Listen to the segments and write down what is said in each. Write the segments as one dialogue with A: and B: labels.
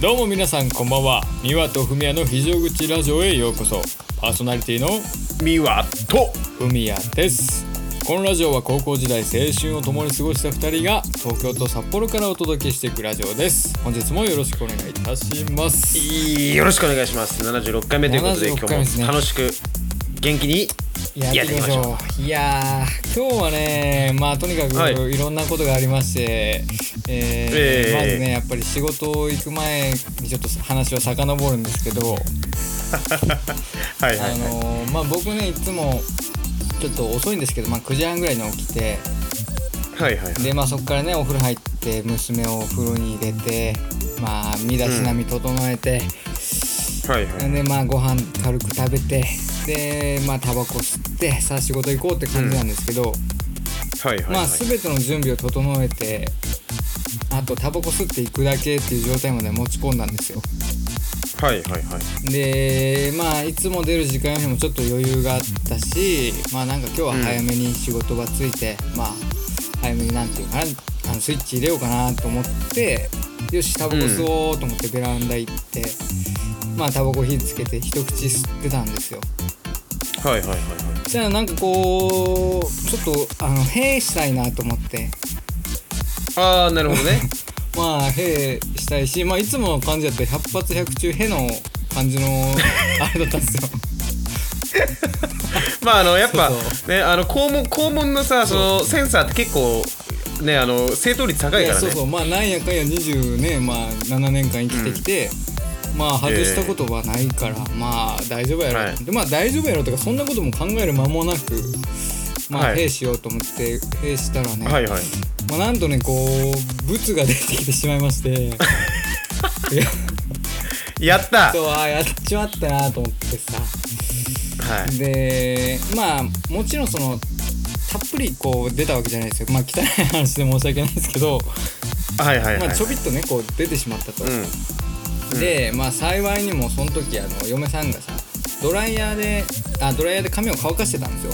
A: どうも皆さんこんばんは三輪とふみやの非常口ラジオへようこそパーソナリティの
B: みわと
A: ふみやですこのラジオは高校時代青春を共に過ごした2人が東京と札幌からお届けしていくラジオです本日もよろしくお願いいたしますい
B: よろしくお願いします76回目ということで
A: 76
B: 今
A: 回目です
B: 日
A: ね
B: も楽しく元気にやっていきましょ
A: ういやー今日はねまあとにか
B: はい
A: くいろんなことがありまして、えー
B: ええ
A: まずねやっぱり仕事行く前にちょっと話を遡るんですけど、
B: うはい
A: あのーまあ僕ねいつもちょっと遅いんですけど、まあ、9時半ぐらいに起きて
B: はいはい
A: でまあそこからねお風呂入って娘をお風呂に入れてまあ身だしなみ整えて、
B: はいはい
A: でまあご飯軽く食べてでまあタバコ吸ってさあ仕事行こうって感じなんですけど、
B: はいはい
A: ま
B: は
A: あ
B: い
A: 全ての準備を整えてあとタバコ吸っていくだけっていう状態まで持ち込んだんですよ
B: はいはいはい
A: でまあいつも出る時間よりもちょっと余裕があったしまあなんか今日は早めに仕事がついて、まあ早めになんていうかなあのスイッチ入れようかなと思ってよしタバコ吸おうと思ってベランダ行って、まあタバコ火つけて一口吸ってたんですよ
B: はいはいはいはい
A: そしたらなんかこうちょっとあのへーしたいなと思って
B: ああなるほどね
A: まあへーしたいしまあいつもの感じだと百発百中への感じのあれだったんですよ
B: まああのやっぱ
A: そう
B: ねあの肛門肛門のさそのセンサーって結構ねあの正答率高い
A: いや
B: から
A: そ
B: ね
A: うそうまあなんやかんや20ねまあ7年間生きてきて、まあ外したことはないから、まあ大丈夫やろ、
B: はい
A: でまあ大丈夫やろとかそんなことも考える間もなくまあ
B: はい
A: 兵しようと思って兵したらね、
B: はいはい
A: まあなんとねこうブツが出てきてしまいましていや
B: やった
A: そうあーやっちまったなと思ってさ
B: はい
A: でまあもちろんそのたっぷりこう出たわけじゃないですよまあ汚い話で申し訳ないんですけど、
B: はいはいは
A: ま
B: い
A: あ、ちょびっとねこう出てしまったと。
B: うん
A: でまあ幸いにもその時あの嫁さんがさドライヤーであドライヤーで髪を乾かしてたんですよ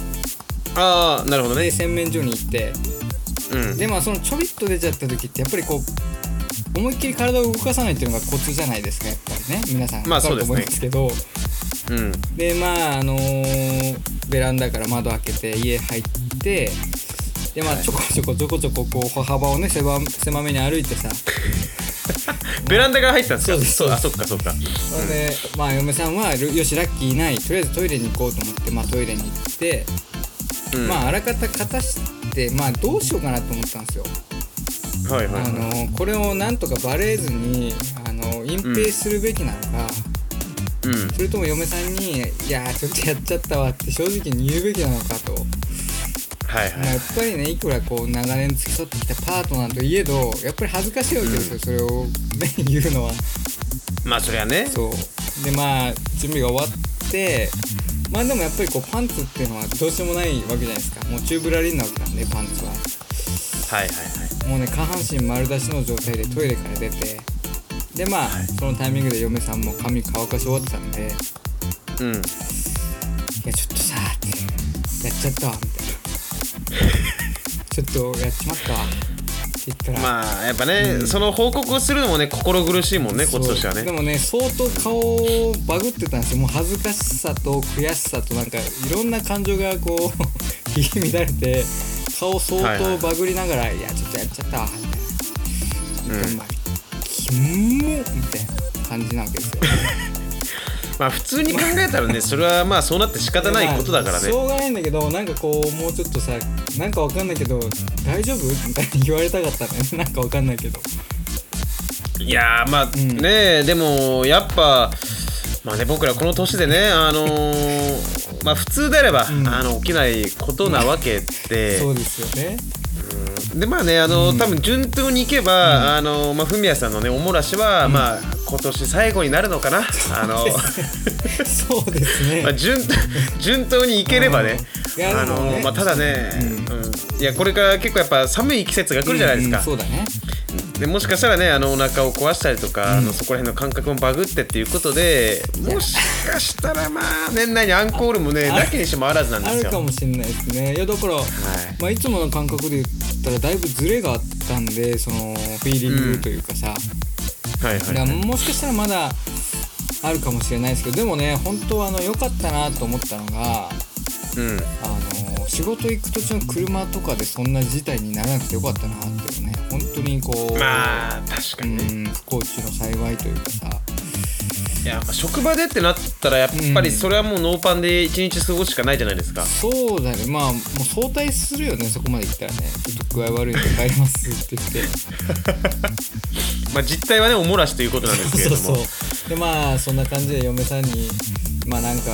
B: ああなるほど
A: で
B: ね
A: 洗面所に行って
B: うん
A: でまあそのちょびっと出ちゃった時ってやっぱりこう思いっきり体を動かさないっていうのがコツじゃないですかやっぱりね皆さん
B: まあ
A: わかると思
B: そううんですね
A: ですけど、
B: うん
A: でまああのーベランダから窓開けて家入ってでまあちょこちょこちょこちょここう歩幅をね狭狭めに歩いてさ
B: ベランダから入ったんですか
A: そうですそうです
B: あそっかそっか
A: それで、まあ嫁さんは「よしラッキーいないとりあえずトイレに行こう」と思って、まあ、トイレに行って、
B: うん
A: まああらかたかたして、まあ、どうしようかなと思ったんですよ。
B: はいはい
A: あ
B: は
A: のこれをなんとかバレずにあの隠蔽するべきなのか、
B: いうん
A: それとも嫁さんに「いやーちょっとやっちゃったわ」って正直に言うべきなのかと、
B: はいは
A: まあ、やっぱりねいくらこう長年付き添ってきたパートナーといえどやっぱり恥ずかしいわけですよ、
B: うん
A: それを、ね、言うのは。
B: いまあそりゃね
A: そうでまあ準備が終わってまあでもやっぱりこうパンツっていうのはどうしようもないわけじゃないですかもうチューブラリンなわけなんでパンツは
B: はいはいはい
A: もうね下半身丸出しの状態でトイレから出てでまあ、
B: はい
A: そのタイミングで嫁さんも髪乾かし終わってたんで「い
B: うん
A: やちょっとさ」って「やっちゃったわ」みたいな「ちょっとやっちまったわ」って言ったら
B: まあやっぱね、その報告をするのもね心苦しいもんねこっちとしては
A: そうで
B: ね
A: もね相当顔をバグってたんですよもう恥ずかしさと悔しさとなんかいろんな感情がこう 入り乱れて顔相当バグりながら「いやちょっとやっちゃったわ」みたいな「
B: うん
A: まあキモっ!」みたいな感じなわけですよ
B: まあ普通に考えたら ねそれはまあそうなって仕方ないことだから
A: まあし
B: ね
A: ょうがないんだけどなんかこうもうちょっとさなんかわかんないけど「大丈夫?」みたいに言われたかったのよねなんかわかんないけど
B: いやーまあ
A: ん
B: ねでもやっぱまあね僕らこの年でねあの ーまあ普通であれば、
A: ん
B: あの起きないことなわけで、
A: そうですよね
B: でまあねあの、多分順当にいけば、あのまあ文也さんのねおもらしは、まあ今年最後になるのかなあ の
A: そうですね
B: まあ、順順当にいければね、
A: うんいや
B: あ
A: でも
B: の
A: ね
B: まあ、ただね、うんいやこれから結構やっぱ寒い季節が来るじゃないですか、
A: うんうんそうだね
B: でもしかしたらねあのお腹を壊したりとか、あのそこら辺の感覚もバグってっていうことでもしかしたらまあ年内にアンコールもね
A: あ
B: なきにしもあらずなんで
A: あ
B: す
A: るか
B: よ。
A: もしれないですねいやだから、いまあ、いつもの感覚で言ったらだいぶズレがあったんでそのフィーリングというかさ、
B: はい
A: だから
B: はい
A: もしかしたらまだあるかもしれないですけどでもね本当あの良かったなと思ったのが
B: うん
A: あの仕事行く途中の車とかでそんな事態にならなくてよかったなっていうね本当にこう、
B: まあ確か
A: う
B: にね、
A: ん不幸中の幸いというかさ
B: いやまあ職場でってなったらやっぱりそれはもうノーパンで一日過ごすしかないじゃないですか、
A: そうだねまあもう早退するよねそこまで行ったらねちょっと具合悪いんで帰りますって言って
B: まあ実態はねおもらしということなんですけれ
A: そう
B: ども
A: そうそうでまあそんな感じで嫁さんにまあなんか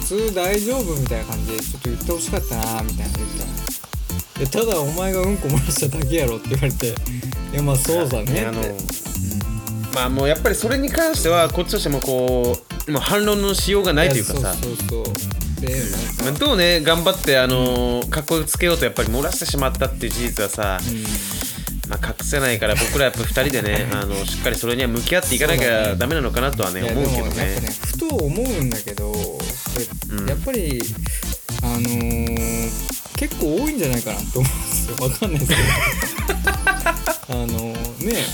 A: 普通大丈夫みたいな感じでちょっと言ってほしかったなみたいな言ったらいやただお前がうんこ漏らしただけやろって言われていやまあそうだねって
B: ねあのまあもうやっぱりそれに関してはこっちとしてもこうもう反論のしようがないというかさ
A: そうそうそうで
B: ま
A: な
B: あ
A: んか、
B: どうね頑張ってあのかっこつけようとやっぱり漏らしてしまったっていう事実はさ、まあ、隠せないから僕らやっぱ2人 でねあのしっかりそれには向き合っていかなき
A: そうだ
B: ゃ
A: ね
B: ダメなのかなとは
A: う
B: ね
A: ん、いや
B: 思うけど
A: でもやっぱね
B: ね
A: ふと思うんだけどこれ、
B: うん
A: やっぱりあのー、結構多いんじゃないかなと思うんですよわかんないですけどあ のー、ね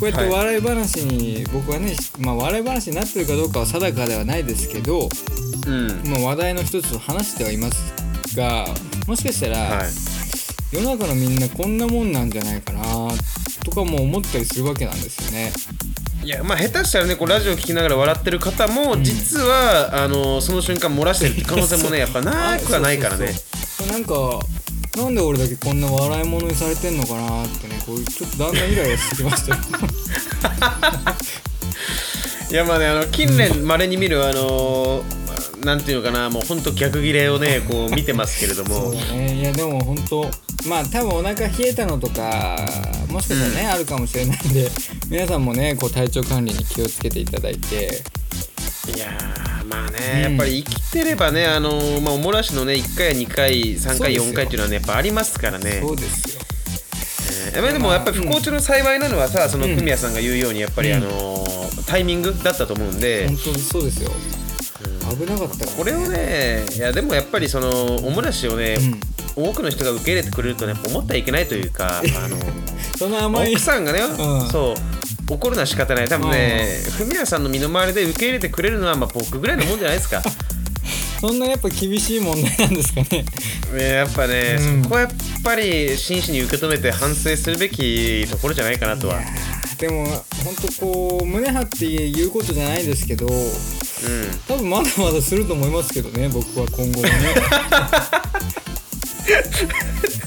A: こうやって
B: はい
A: 笑い話に、僕はね、まあ、笑い話になってるかどうかは定かではないですけど、
B: うん
A: まあ、話題の一つを話してはいますがもしかしたら、
B: はい
A: 世の中のみんなこんなもんなんじゃないかなとかも思ったりするわけなんですよね。
B: いやまあ下手したらねこうラジオ聞きながら笑ってる方も実は、あのその瞬間漏らしてるって可能性もねやっぱなくはないからね
A: そうそうそうなんかなんで俺だけこんな笑い物にされてんのかなってねこうちょっとだんだんイライラしてきま したよ。
B: いやまあねあの近年まれに見るあのなんていうのかなもうほんと逆ギレをねこう見てますけれど
A: そう
B: も
A: だねいやでも本当まあ多分お腹冷えたのとかもしかしたらね、あるかもしれないんで皆さんもねこう体調管理に気をつけていただいて
B: いやーまあね、
A: うん
B: やっぱり生きてればねあのまあおもらしのね1回や2回3
A: そう
B: 回
A: ですよ
B: 4回っていうのはねやっぱありますからね
A: そうですよ。
B: えーまあでもやっぱり不幸中の幸いなのはさその
A: うん
B: 久宮さんが言うようにやっぱりあのタイミングだったと思うんで、
A: 本当にそうですよ。危なかったから、
B: これをねいやでもやっぱりそのおもらしをね、多くの人が受け入れてくれるとねやっぱ思ってはいけないというかあの
A: その
B: まあ
A: 甘い
B: 奥さんがね、
A: うん
B: そう怒るのは仕方ない多分ねフミヤさんの身の回りで受け入れてくれるのはまあ僕ぐらいのもんじゃな いですか
A: そんなやっぱ厳しい問題なんですかね。
B: ねやっぱね、
A: うん
B: そこはやっぱり真摯に受け止めて反省するべきところじゃないかなとは
A: でも本当こう胸張って言うことじゃないですけど
B: う
A: 多分まだまだすると思いますけどね僕は今後も ね申
B: ん
A: し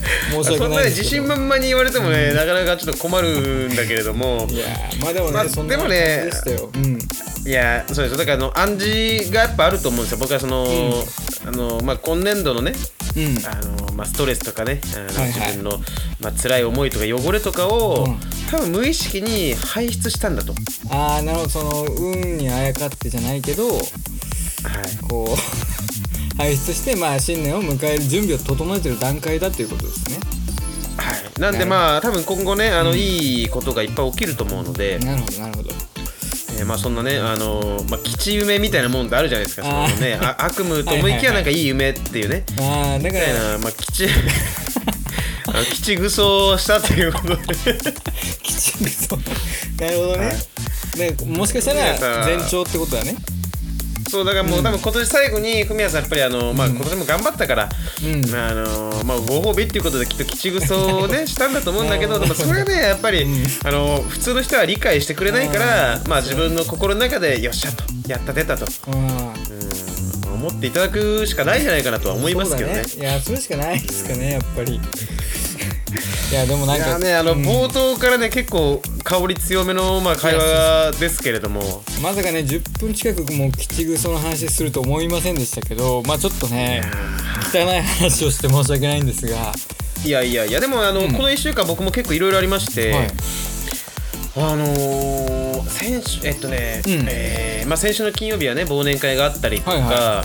B: そ
A: 訳な
B: んないね
A: です
B: 自
A: けど
B: 信満々に言われてもね、なかなかちょっと困るんだけれど も
A: いやーまあでもね、
B: まあ
A: そんな
B: でも
A: 感じ
B: ね
A: でしたよ、うん、
B: いやそうですよだからあの暗示がやっぱあると思うんですよ僕はその、あのまあ今年度のね
A: うん、
B: あのまあ、ストレスとかねあの、
A: はいはい
B: 自分の、まあ辛い思いとか汚れとかを、
A: うん
B: 多分無意識に排出したんだと、
A: あ
B: は
A: あなるほどその運にあやかってじゃないけどこう 排出してまあ新年を迎える準備を整えてる段階だということですね
B: いはい、なんでまあ多分今後ねあの、いいことがいっぱい起きると思うので、
A: なるほどなるほど
B: えーまあ、そんなねあの、まあ、吉夢みたいなもんってあるじゃないですかその、
A: あー
B: ね、あ悪夢と思いきや
A: はいはいはい
B: なんかいい夢っていうね
A: ああだか
B: みた
A: ら
B: いな、まあ、吉 あの吉ぐそをしたということで。
A: きちんと そうなるほどね、でもしかした
B: 皆さ
A: ら
B: ん
A: 前兆ってことだね
B: そうだからもう、多分今年最後にフミヤさんやっぱりあの、まあ、今年も頑張ったから、
A: うん
B: まああのまあ、ご褒美っていうことできっと吉ぐそをねしたんだと思うんだけどでもそれはねやっぱり、あの普通の人は理解してくれないから、まあ、自分の心の中でよっしゃとやった出たと、
A: うん
B: うん、思っていただくしかないんじゃないかなとは思いますけどね。
A: そうだいやそれしかないですかねやっぱり いやでもなん
B: いや
A: か
B: ね、あの
A: うん
B: 冒頭からね、結構香り強めの、まあ、会話ですけれども
A: まさかね10分近くもう吉ぐその話すると思いませんでしたけどまあちょっとね汚い話をして申し訳ないんですが、
B: いやいやいやでもあの、この1週間僕も結構いろいろありまして、
A: はい
B: あのー、先週えっとね、
A: うん
B: えーまあ、先週の金曜日はね忘年会があったりとか、
A: はいは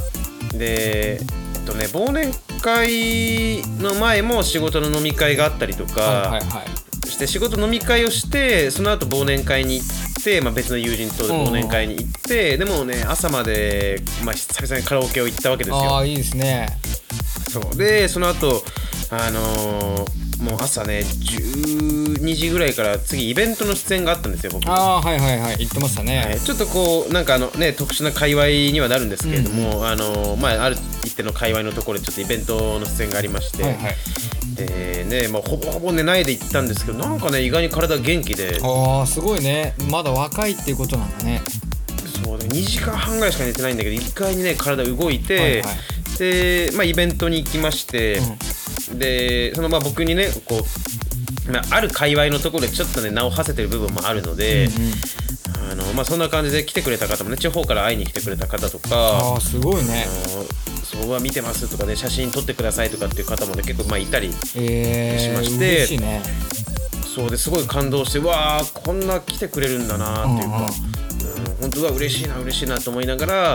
B: でえっとね忘年会の前も仕事の飲み会があったりとか、
A: はいはいはい
B: して仕事飲み会をしてその後忘年会に行って、まあ、別の友人と忘年会に行って、でもね朝まで、まあ、久々にカラオケを行ったわけですよ。
A: ああいいですね
B: そうでその後あのーもう朝ね12時ぐらいから次イベントの出演があったんですよ僕
A: ああはいはいはい言ってました
B: え
A: ね、
B: ーちょっとこうなんかあのね特殊な界隈にはなるんですけれども、あのまあある一定の界隈のところでちょっとイベントの出演がありまして、
A: はいはい
B: でねまあほぼほぼ寝ないで行ったんですけどなんかね意外に体元気で
A: ああすごいねまだ若いっていうことなんだね
B: そうだ2時間半ぐらいしか寝てないんだけど一回にね体動いて、
A: はいは
B: でまあイベントに行きまして、でそのまあ僕にねこう、まあ、ある界隈のところでちょっとね名を馳せてる部分もあるので、あのまあ、そんな感じで来てくれた方もね地方から会いに来てくれた方とか
A: ああすごいね
B: あのそうは見てますとかね写真撮ってくださいとかっていう方もね結構まあいたり
A: え
B: し
A: え
B: まし
A: ー、
B: て
A: 嬉しいね
B: そうですごい感動してうわあこんな来てくれるんだなっていうか、うん本当は嬉しいな嬉しいなと思いながら、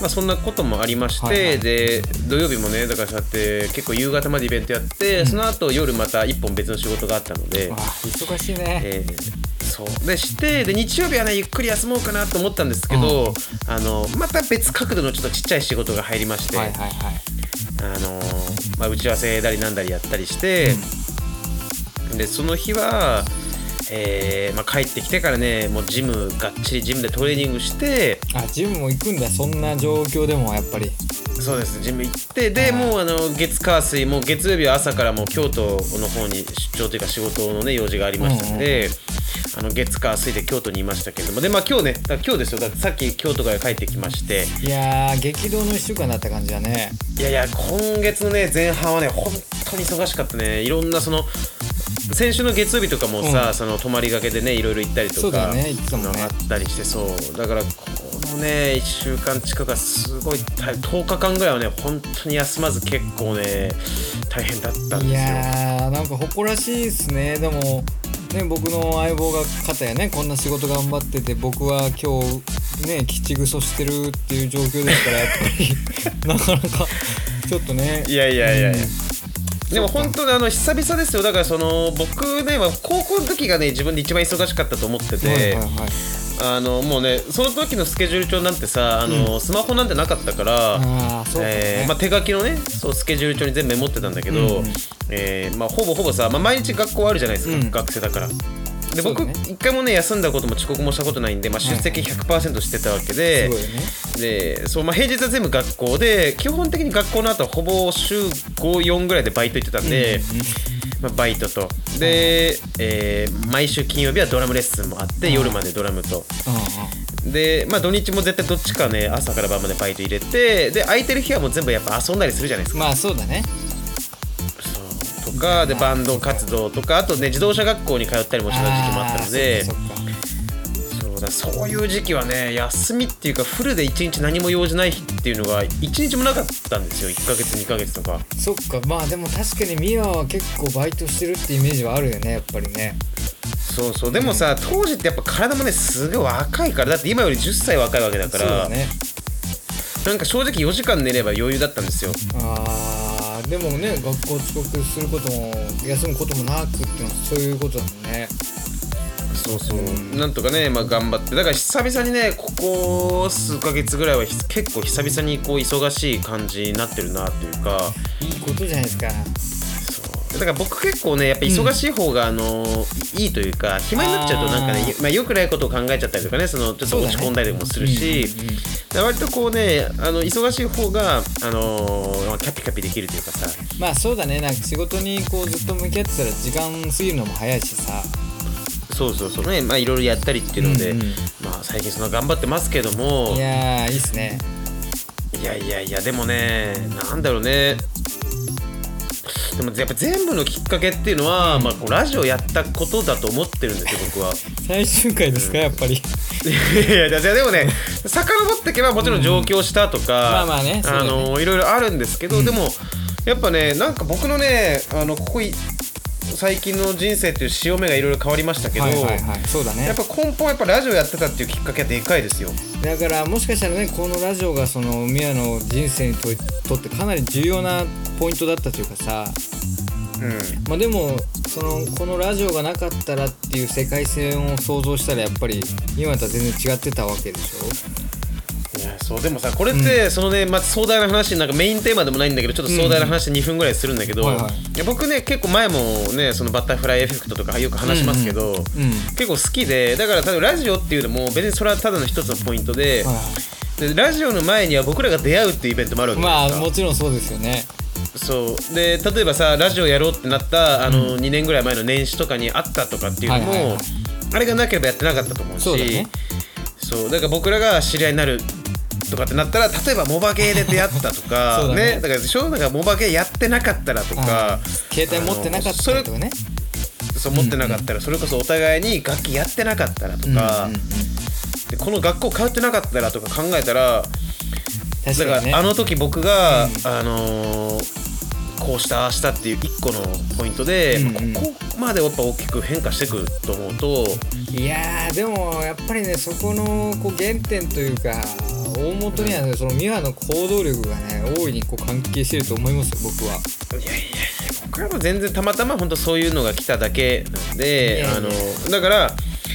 B: まあ、そんなこともありまして、
A: はいはい
B: で土曜日もねだからそうやって結構夕方までイベントやって、その後夜また1本別の仕事があったので
A: わ。あ忙しいね
B: えーそうでしてで日曜日はねゆっくり休もうかなと思ったんですけど、あのまた別角度のちょっとちっちゃい仕事が入りまして、
A: はいはいはい
B: あのーまあ、打ち合わせだりなんだりやったりして、でその日は、えーまあ、帰ってきてからねもうジムがっちりジムでトレーニングして
A: あジムも行くんだそんな状況でもやっぱり
B: そうですジム行ってで、
A: はい
B: もうあの月火水もう月曜日は朝からもう京都の方に出張というか仕事のね用事がありましたんで。あの月火水で京都にいましたけれどもでまあ今日ねだから今日ですよだってさっき京都から帰ってきまして
A: いやー激動の1週間だった感じだね
B: いやいや今月のね前半はね本当に忙しかったねいろんなその先週の月曜日とかもさ、その泊まりがけでねいろいろ行ったりとか
A: そうだよね行ってたもんね
B: あのあったりしてそうだからこのね1週間近くはすごい大10日間ぐらいはね本当に休まず結構ね大変だったん
A: い
B: ですよ
A: やーなんか誇らしいですねでもね僕の相棒が肩やねこんな仕事頑張ってて僕は今日ね吉ぐそしてるっていう状況ですからやっぱり なかなかちょっとね
B: いやいやいやいや、でも
A: そうか
B: 本当にあの久々ですよだからその僕ねまあ高校の時がね自分で一番忙しかったと思ってて、
A: はいはいはい
B: あのもうねその時のスケジュール帳なんてさあの、スマホなんてなかったから、
A: ああそうだね、
B: えーまあ、手書きのねそうスケジュール帳に全部メモってたんだけど、
A: うんうん
B: えーまあ、ほぼほぼさ、まあ、毎日学校あるじゃないですか、
A: うん
B: 学生だから。で
A: そう
B: 僕
A: だね
B: 一回もね休んだことも遅刻もしたことないんで、まあ、出席100%してたわけで、
A: すごいよね
B: でそうまあ、平日は全部学校で基本的に学校の後はほぼ週54ぐらいでバイト行ってたんで、まあ、バイトとで、えー毎週金曜日はドラムレッスンもあって夜までドラムと。
A: うんうん
B: で、まあ、土日も絶対どっちかね朝から晩までバイト入れてで空いてる日はもう全部やっぱ遊んだりするじゃないですか。
A: まあそうだね
B: とかでバンド活動とかあとね自動車学校に通ったりもしてた時期もあったので
A: あーそっかそっか
B: そうだそういう時期はね休みっていうかフルで一日何も用事ない日っていうのが一日もなかったんですよ1ヶ月2ヶ月とか。
A: そっかまあでも確かにミアは結構バイトしてるってイメージはあるよねやっぱりね
B: そうそうでもさ当時ってやっぱ体もねすごい若いからだって今より10歳若いわけだか
A: そうだ
B: ら、
A: ね
B: なんか正直4時間寝れば余裕だったんですよ。
A: あーでもね学校遅刻することも休むこともなくっていうのはそういうことだもんね
B: そうそう、なんとかね、まあ、頑張ってだから久々にねここ数ヶ月ぐらいはひ結構久々にこう忙しい感じになってるなっていうか
A: いいことじゃないですか
B: そうだから僕結構ねやっぱ忙しい方が、あのいいというか暇になっちゃうとなん
A: あ
B: かね
A: ー
B: まあ、よくないことを考えちゃったりとかねそのちょっと
A: そうだ
B: 落
A: ね
B: ち込んだりもするし、だから割とこうねあの忙しい方が、あのキャピキャピできるというかさ
A: まあそうだねなんか仕事にこうずっと向き合ってたら時間過ぎるのも早いしさ
B: そうそうそうねまあいろいろやったりっていうので、
A: うんうん
B: まあ、最近その頑張ってますけども
A: いやーいいっすね
B: いやいやいやでもねなんだろうねでもやっぱ全部のきっかけっていうのは、まあ、こうラジオやったことだと思ってるんですよ僕は
A: 最終回ですかやっぱり
B: いやいやいやでもね遡っていけばもちろん上京したとか、
A: うんまあまあねそうだ
B: あ
A: よね
B: のいろいろあるんですけど、でもやっぱねなんか僕のねあのここい最近の人生っていう潮目がいろいろ変わりましたけど、
A: はいはいはいそうだね
B: やっぱ根本はやっぱラジオやってたっていうきっかけはでかいですよ
A: だからもしかしたらねこのラジオがその宮の人生にととってかなり重要なポイントだったというかさ、
B: うん
A: まあ、でもそのこのラジオがなかったらっていう世界線を想像したらやっぱり今とは全然違ってたわけでしょ
B: いやそうでもさこれって、そのね、まあ、壮大な話なんかメインテーマでもないんだけどちょっと壮大な話2分ぐらいするんだけど、
A: はいはい
B: いや僕ね結構前もねそのバタフライエフェクトとかよく話しますけど、
A: うん
B: 結構好きでだから多分ラジオっていうのも別にそれはただの一つのポイントで,、
A: は
B: でラジオの前には僕らが出会うっていうイベントもあ
A: い、
B: るわけじゃな
A: ま
B: い
A: あ
B: ですか
A: もちろんそうですよね
B: そうで例えばさラジオやろうってなったあの、2年ぐらい前の年始とかにあったとかっていうのも、
A: はいはいはい
B: あれがなければやってなかったと思うし
A: そうだね
B: そうだから僕らが知り合いになるとかってなったら例えばモバゲーで出会ったと
A: そ
B: か
A: うだね
B: ねだから翔太がモバゲーやってなかったらとか
A: あー携帯持ってなかったりとかね
B: そう持ってなかったら、それこそお互いに楽器やってなかったらとか、
A: うんうんうん
B: でこの学校通ってなかったらとか考えたら
A: 確
B: だか、
A: からにね
B: あの時僕が、あのーこうしたああしたっていう一個のポイントで、
A: うんうん
B: ここまでやっぱ大きく変化してくると思うと
A: いやーでもやっぱりねそこのこう原点というか大元にはねそのミワの行動力がね大いにこう関係してると思いますよ僕は。
B: 僕らも全然たまたま本当そういうのが来ただけなんで、
A: いやいや
B: あのだから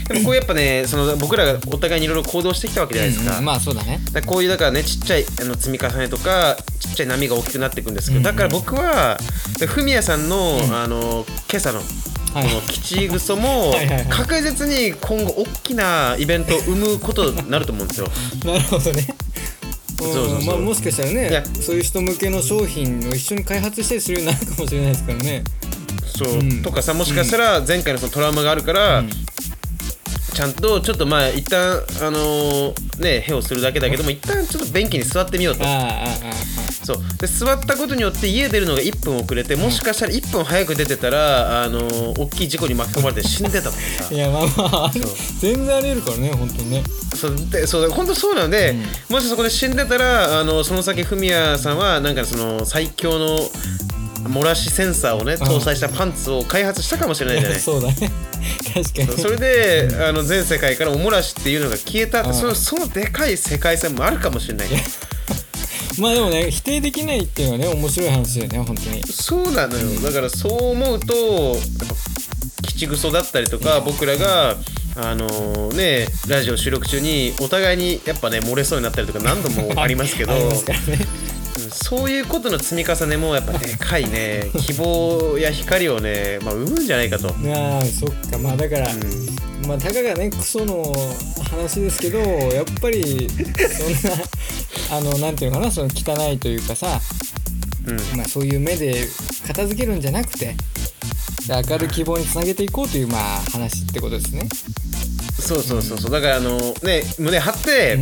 B: でもこうやっぱねその僕らがお互いにいろいろ行動してきたわけじゃないですか。
A: うんうんまあそうだね。
B: だからこういうだからねちっちゃいあの積み重ねとかちっちゃい波が大きくなっていくんですけど、
A: うんうん
B: だから僕はでフミヤさんの、あの今朝の
A: は
B: この
A: い。
B: 吉ぐそも
A: はいはいはい
B: 確実に今後大きなイベントを生むことになると思うん ですよ。
A: なるほどね。
B: そうそうそうん
A: まあもしかしたら
B: い
A: ね
B: や
A: そういう人向けの商品を一緒に開発したりするようになるかもしれないですからね。
B: そう
A: うん
B: とかさもしかしたら前回のそのトラウマがあるから、
A: うん
B: ちゃんとちょっとまあ一旦あのーねへをするだけだけども一旦ちょっと便器に座ってみようと
A: あ。ああああ
B: そうで座ったことによって家出るのが1分遅れてもしかしたら1分早く出てたら、あのー大きい事故に巻き込まれて死んでたとかさ
A: あ。いやまあまああれ
B: そう
A: 全然あり得るからね本当にね。
B: そうでそう本当そうなので、もしそこで死んでたらあのその先フミヤさんはなんかその最強の漏らしセンサーをね搭載したパンツを開発したかもしれないじゃない
A: そうだね。確かに。
B: それであの全世界からお漏らしっていうのが消えた
A: ん
B: そのそのでかい世界線もあるかもしれない
A: まあでもね否定できないっていうのはね面白い話だよね本当に。
B: そうなのよだからそう思うとやっぱ基地ぐそだったりとか僕らがあのねラジオ収録中にお互いにやっぱね漏れそうになったりとか何度も ありますけど
A: ありますからね。
B: うんそういうことの積み重ねもやっぱでかいね希望や光をね、まあ、生むんじゃないかと、
A: ああそっかまあだから、
B: うん
A: まあたかがねクソの話ですけどやっぱりそんなあのなんていうのかなその汚いというかさ、
B: うん、
A: まあ、そういう目で片付けるんじゃなくてで明るい希望につなげていこうというまあ話ってことですね。
B: そうそうそうそうだからあのね胸張って、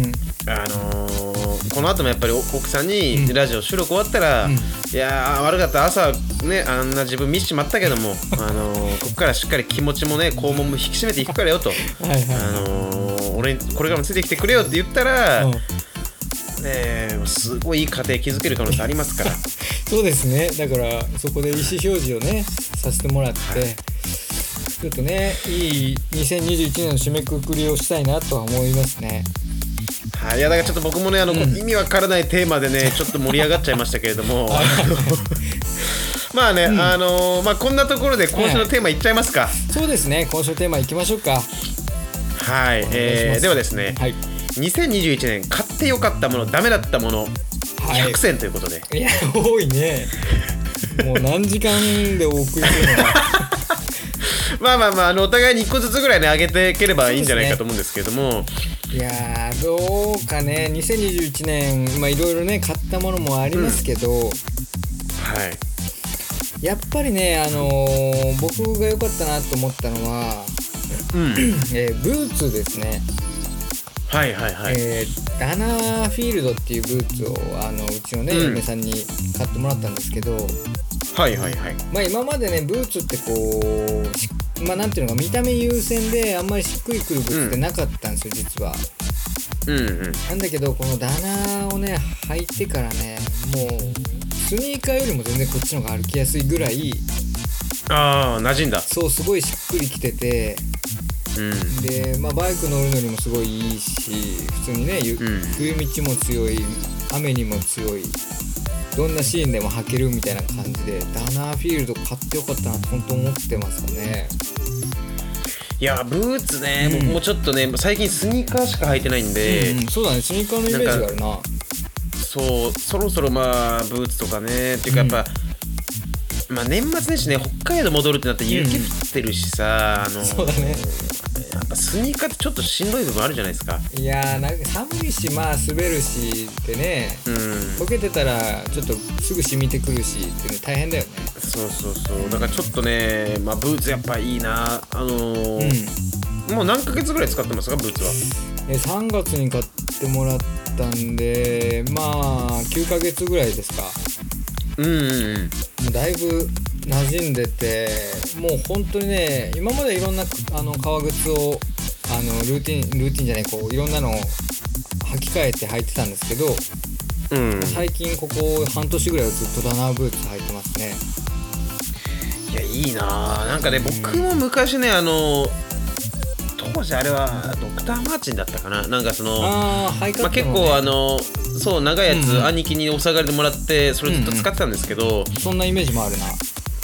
B: あのーこの後もやっぱり奥さんにラジオ収録終わったら、
A: うん
B: いやー悪かった朝ねあんな自分見しちまったけども、あのーここからしっかり気持ちもね肛門も引き締めていくからよと、
A: うん、はい
B: あ
A: は
B: のー俺にこれからもついてきてくれよって言ったら、
A: い、う
B: ね
A: ん
B: えすごいいい家庭築ける可能性ありますから。
A: そうですねだからそこで意思表示をねさせてもらって、ちょっとねいい2021年の締めくくりをしたいなとは思いますね。
B: はい、いやだからちょっと僕もねあの、こう意味わからないテーマで ねちょっと盛り上がっちゃいましたけれどもあの まあね、あのまあこんなところで今週のテーマいっちゃいますか
A: そうですね今週のテーマいきましょうか。
B: は
A: お
B: い、
A: 願いし
B: え
A: ま
B: ー
A: す
B: ではですね、
A: はい
B: 2021年買ってよかったものダメだったもの
A: はい
B: 100選ということで、
A: いや多いねもう何時間でお送りするのか
B: まあまあまああのお互いに1個ずつぐらいね上げていければいいんじゃないかと思うんですけれども、
A: いやーどうかね2021年まあいろいろね買ったものもありますけど、
B: はい
A: やっぱりねあのー僕が良かったなと思ったのは、
B: うん、
A: えーブーツですね、
B: はいはいはい、
A: えーダナーフィールドっていうブーツをあのうちのね、
B: うん
A: 嫁さんに買ってもらったんですけど
B: はいはいはい
A: まあ今までねブーツってこうしまあなんていうのか見た目優先であんまりしっくりくるブーツってなかったんですよ、実は。
B: うんうん
A: なんだけどこのダナーをね履いてからねもうスニーカーよりも全然こっちの方が歩きやすいぐらい
B: ああ馴染んだ
A: そうすごいしっくりきてて
B: うん
A: で、まあ、バイク乗るのにもすごいいいし普通にね、ゆ
B: うん
A: 冬道も強い雨にも強いどんなシーンでも履けるみたいな感じでダナーフィールド買ってよかったなって本当思ってますかね
B: いやブーツね、僕もうちょっとね最近スニーカーしか履いてないんで、
A: うん、そうだねスニーカーのイメージがあるな
B: そうそろそろまあブーツとかねっていうかやっぱ、まあ年末年始ね北海道戻るってなったら雪降ってるしさ、あの
A: そうだね
B: やっぱスニーカーってちょっとしんどい部分あるじゃないですか
A: いやーなんか寒いしまあ滑るしってね
B: うん
A: 溶けてたらちょっとすぐ染みてくるしってね大変だよね
B: そうそうそうだからちょっとねまあブーツやっぱいいなあの
A: うん
B: ーもう何ヶ月ぐらい使ってますかブーツは
A: え3月に買ってもらったんでまあ9ヶ月ぐらいですか
B: うんうんうん
A: もうだいぶ馴染んでてもう本当にね今までいろんなあの革靴をあのルーティンルーティンじゃないこういろんなのを履き替えて履いてたんですけど
B: うん、
A: 最近ここ半年ぐらいはずっとダナーブーツ履いてますね
B: いやいいなあなんかね僕も昔ねあの当時あれはドクター・マーチンだったかななんかその
A: ああ履い方も
B: まあ、
A: ね
B: 結構あのそう長いや
A: うんう
B: つ
A: ん
B: 兄貴にお下がりでもらってそれずっと使ってたんですけど、
A: そんなイメージもあるな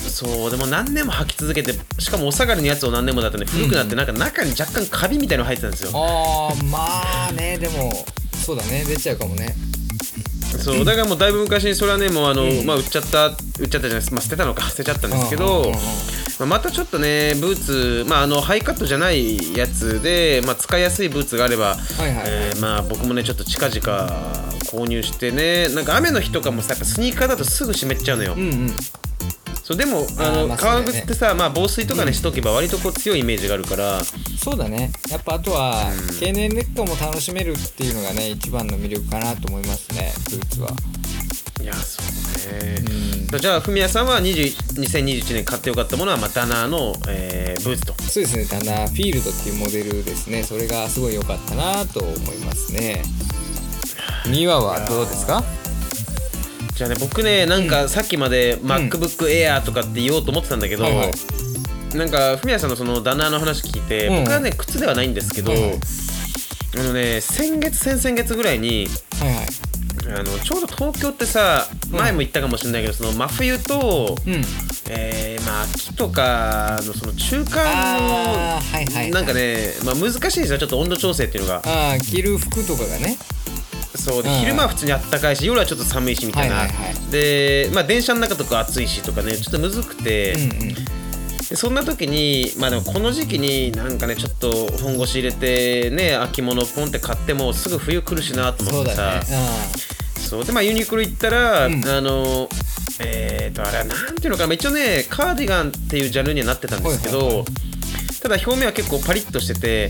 B: そうでも何年も履き続けてしかもお下がりのやつを何年もだったんで古くなってなんか中に若干カビみたいなの入ってたんですよ、
A: あーまあねでもそうだね出ちゃうかもね
B: そうだからもうだいぶ昔にそれはねもうあの、
A: うん
B: まあ、売っちゃった売っちゃったじゃないです、まあ、捨てたのか捨てちゃったんですけ
A: うんうんう
B: ど
A: んうん、
B: まあ、またちょっとねブーツ、まあ、あのハイカットじゃないやつで、まあ、使いやすいブーツがあれば、
A: いはい
B: えーまあ、僕もねちょっと近々購入してねなんか雨の日とかもさやっぱスニーカーだとすぐ湿っちゃうのよ、
A: うんうん
B: そうでもあ
A: あー
B: の、
A: まあ
B: 革
A: そうだよ
B: 靴
A: ね
B: ってさ、まあ、防水とかねしとけば割とこう強いイメージがあるから、
A: そうだねやっぱあとは経年劣化も楽しめるっていうのがね一番の魅力かなと思いますねブーツはい
B: やそうね、
A: うん
B: じゃあフミヤさんは20 2021年買ってよかったものは、まあ、ダナーの、えーブーツと
A: そうですねダナーフィールドっていうモデルですねそれがすごい良かったなと思いますね2話はどうですか
B: じゃあね僕ねなんかさっきまで MacBookAir とかって言おうと思ってたんだけど、
A: はいはい
B: なんかフミヤさんのそのダナーの話聞いて、
A: うん
B: 僕はね靴ではないんですけど、
A: はいはい
B: あのね先月先々月ぐらいに
A: はいはい
B: あのちょうど東京ってさ前も言ったかもしれないけど、その真冬と、
A: うん
B: えーまあ秋とかのその中間
A: ああーはいはい
B: のなんかね、まあ、難しいんですよちょっと温度調整っていうのが
A: ああ着る服とかがね
B: そうで
A: うん
B: 昼間は普通にあったかいし夜はちょっと寒いしみたいな、
A: はいはいは
B: で、まあ、電車の中とか暑いしとかねちょっとむずくて、
A: うんうん
B: でそんな時にまあでもこの時期になんかねちょっと本腰入れてね秋物ポンって買ってもすぐ冬来るしなと
A: そ
B: 思っ
A: う
B: て
A: だ
B: さ
A: ね
B: そうでまあユニクロ行ったら、
A: うん
B: あのえー、とあれはなんていうのかなまあ一応ねカーディガンっていうジャンルにはなってたんですけど、
A: はいは
B: ただ表面は結構パリッとしてて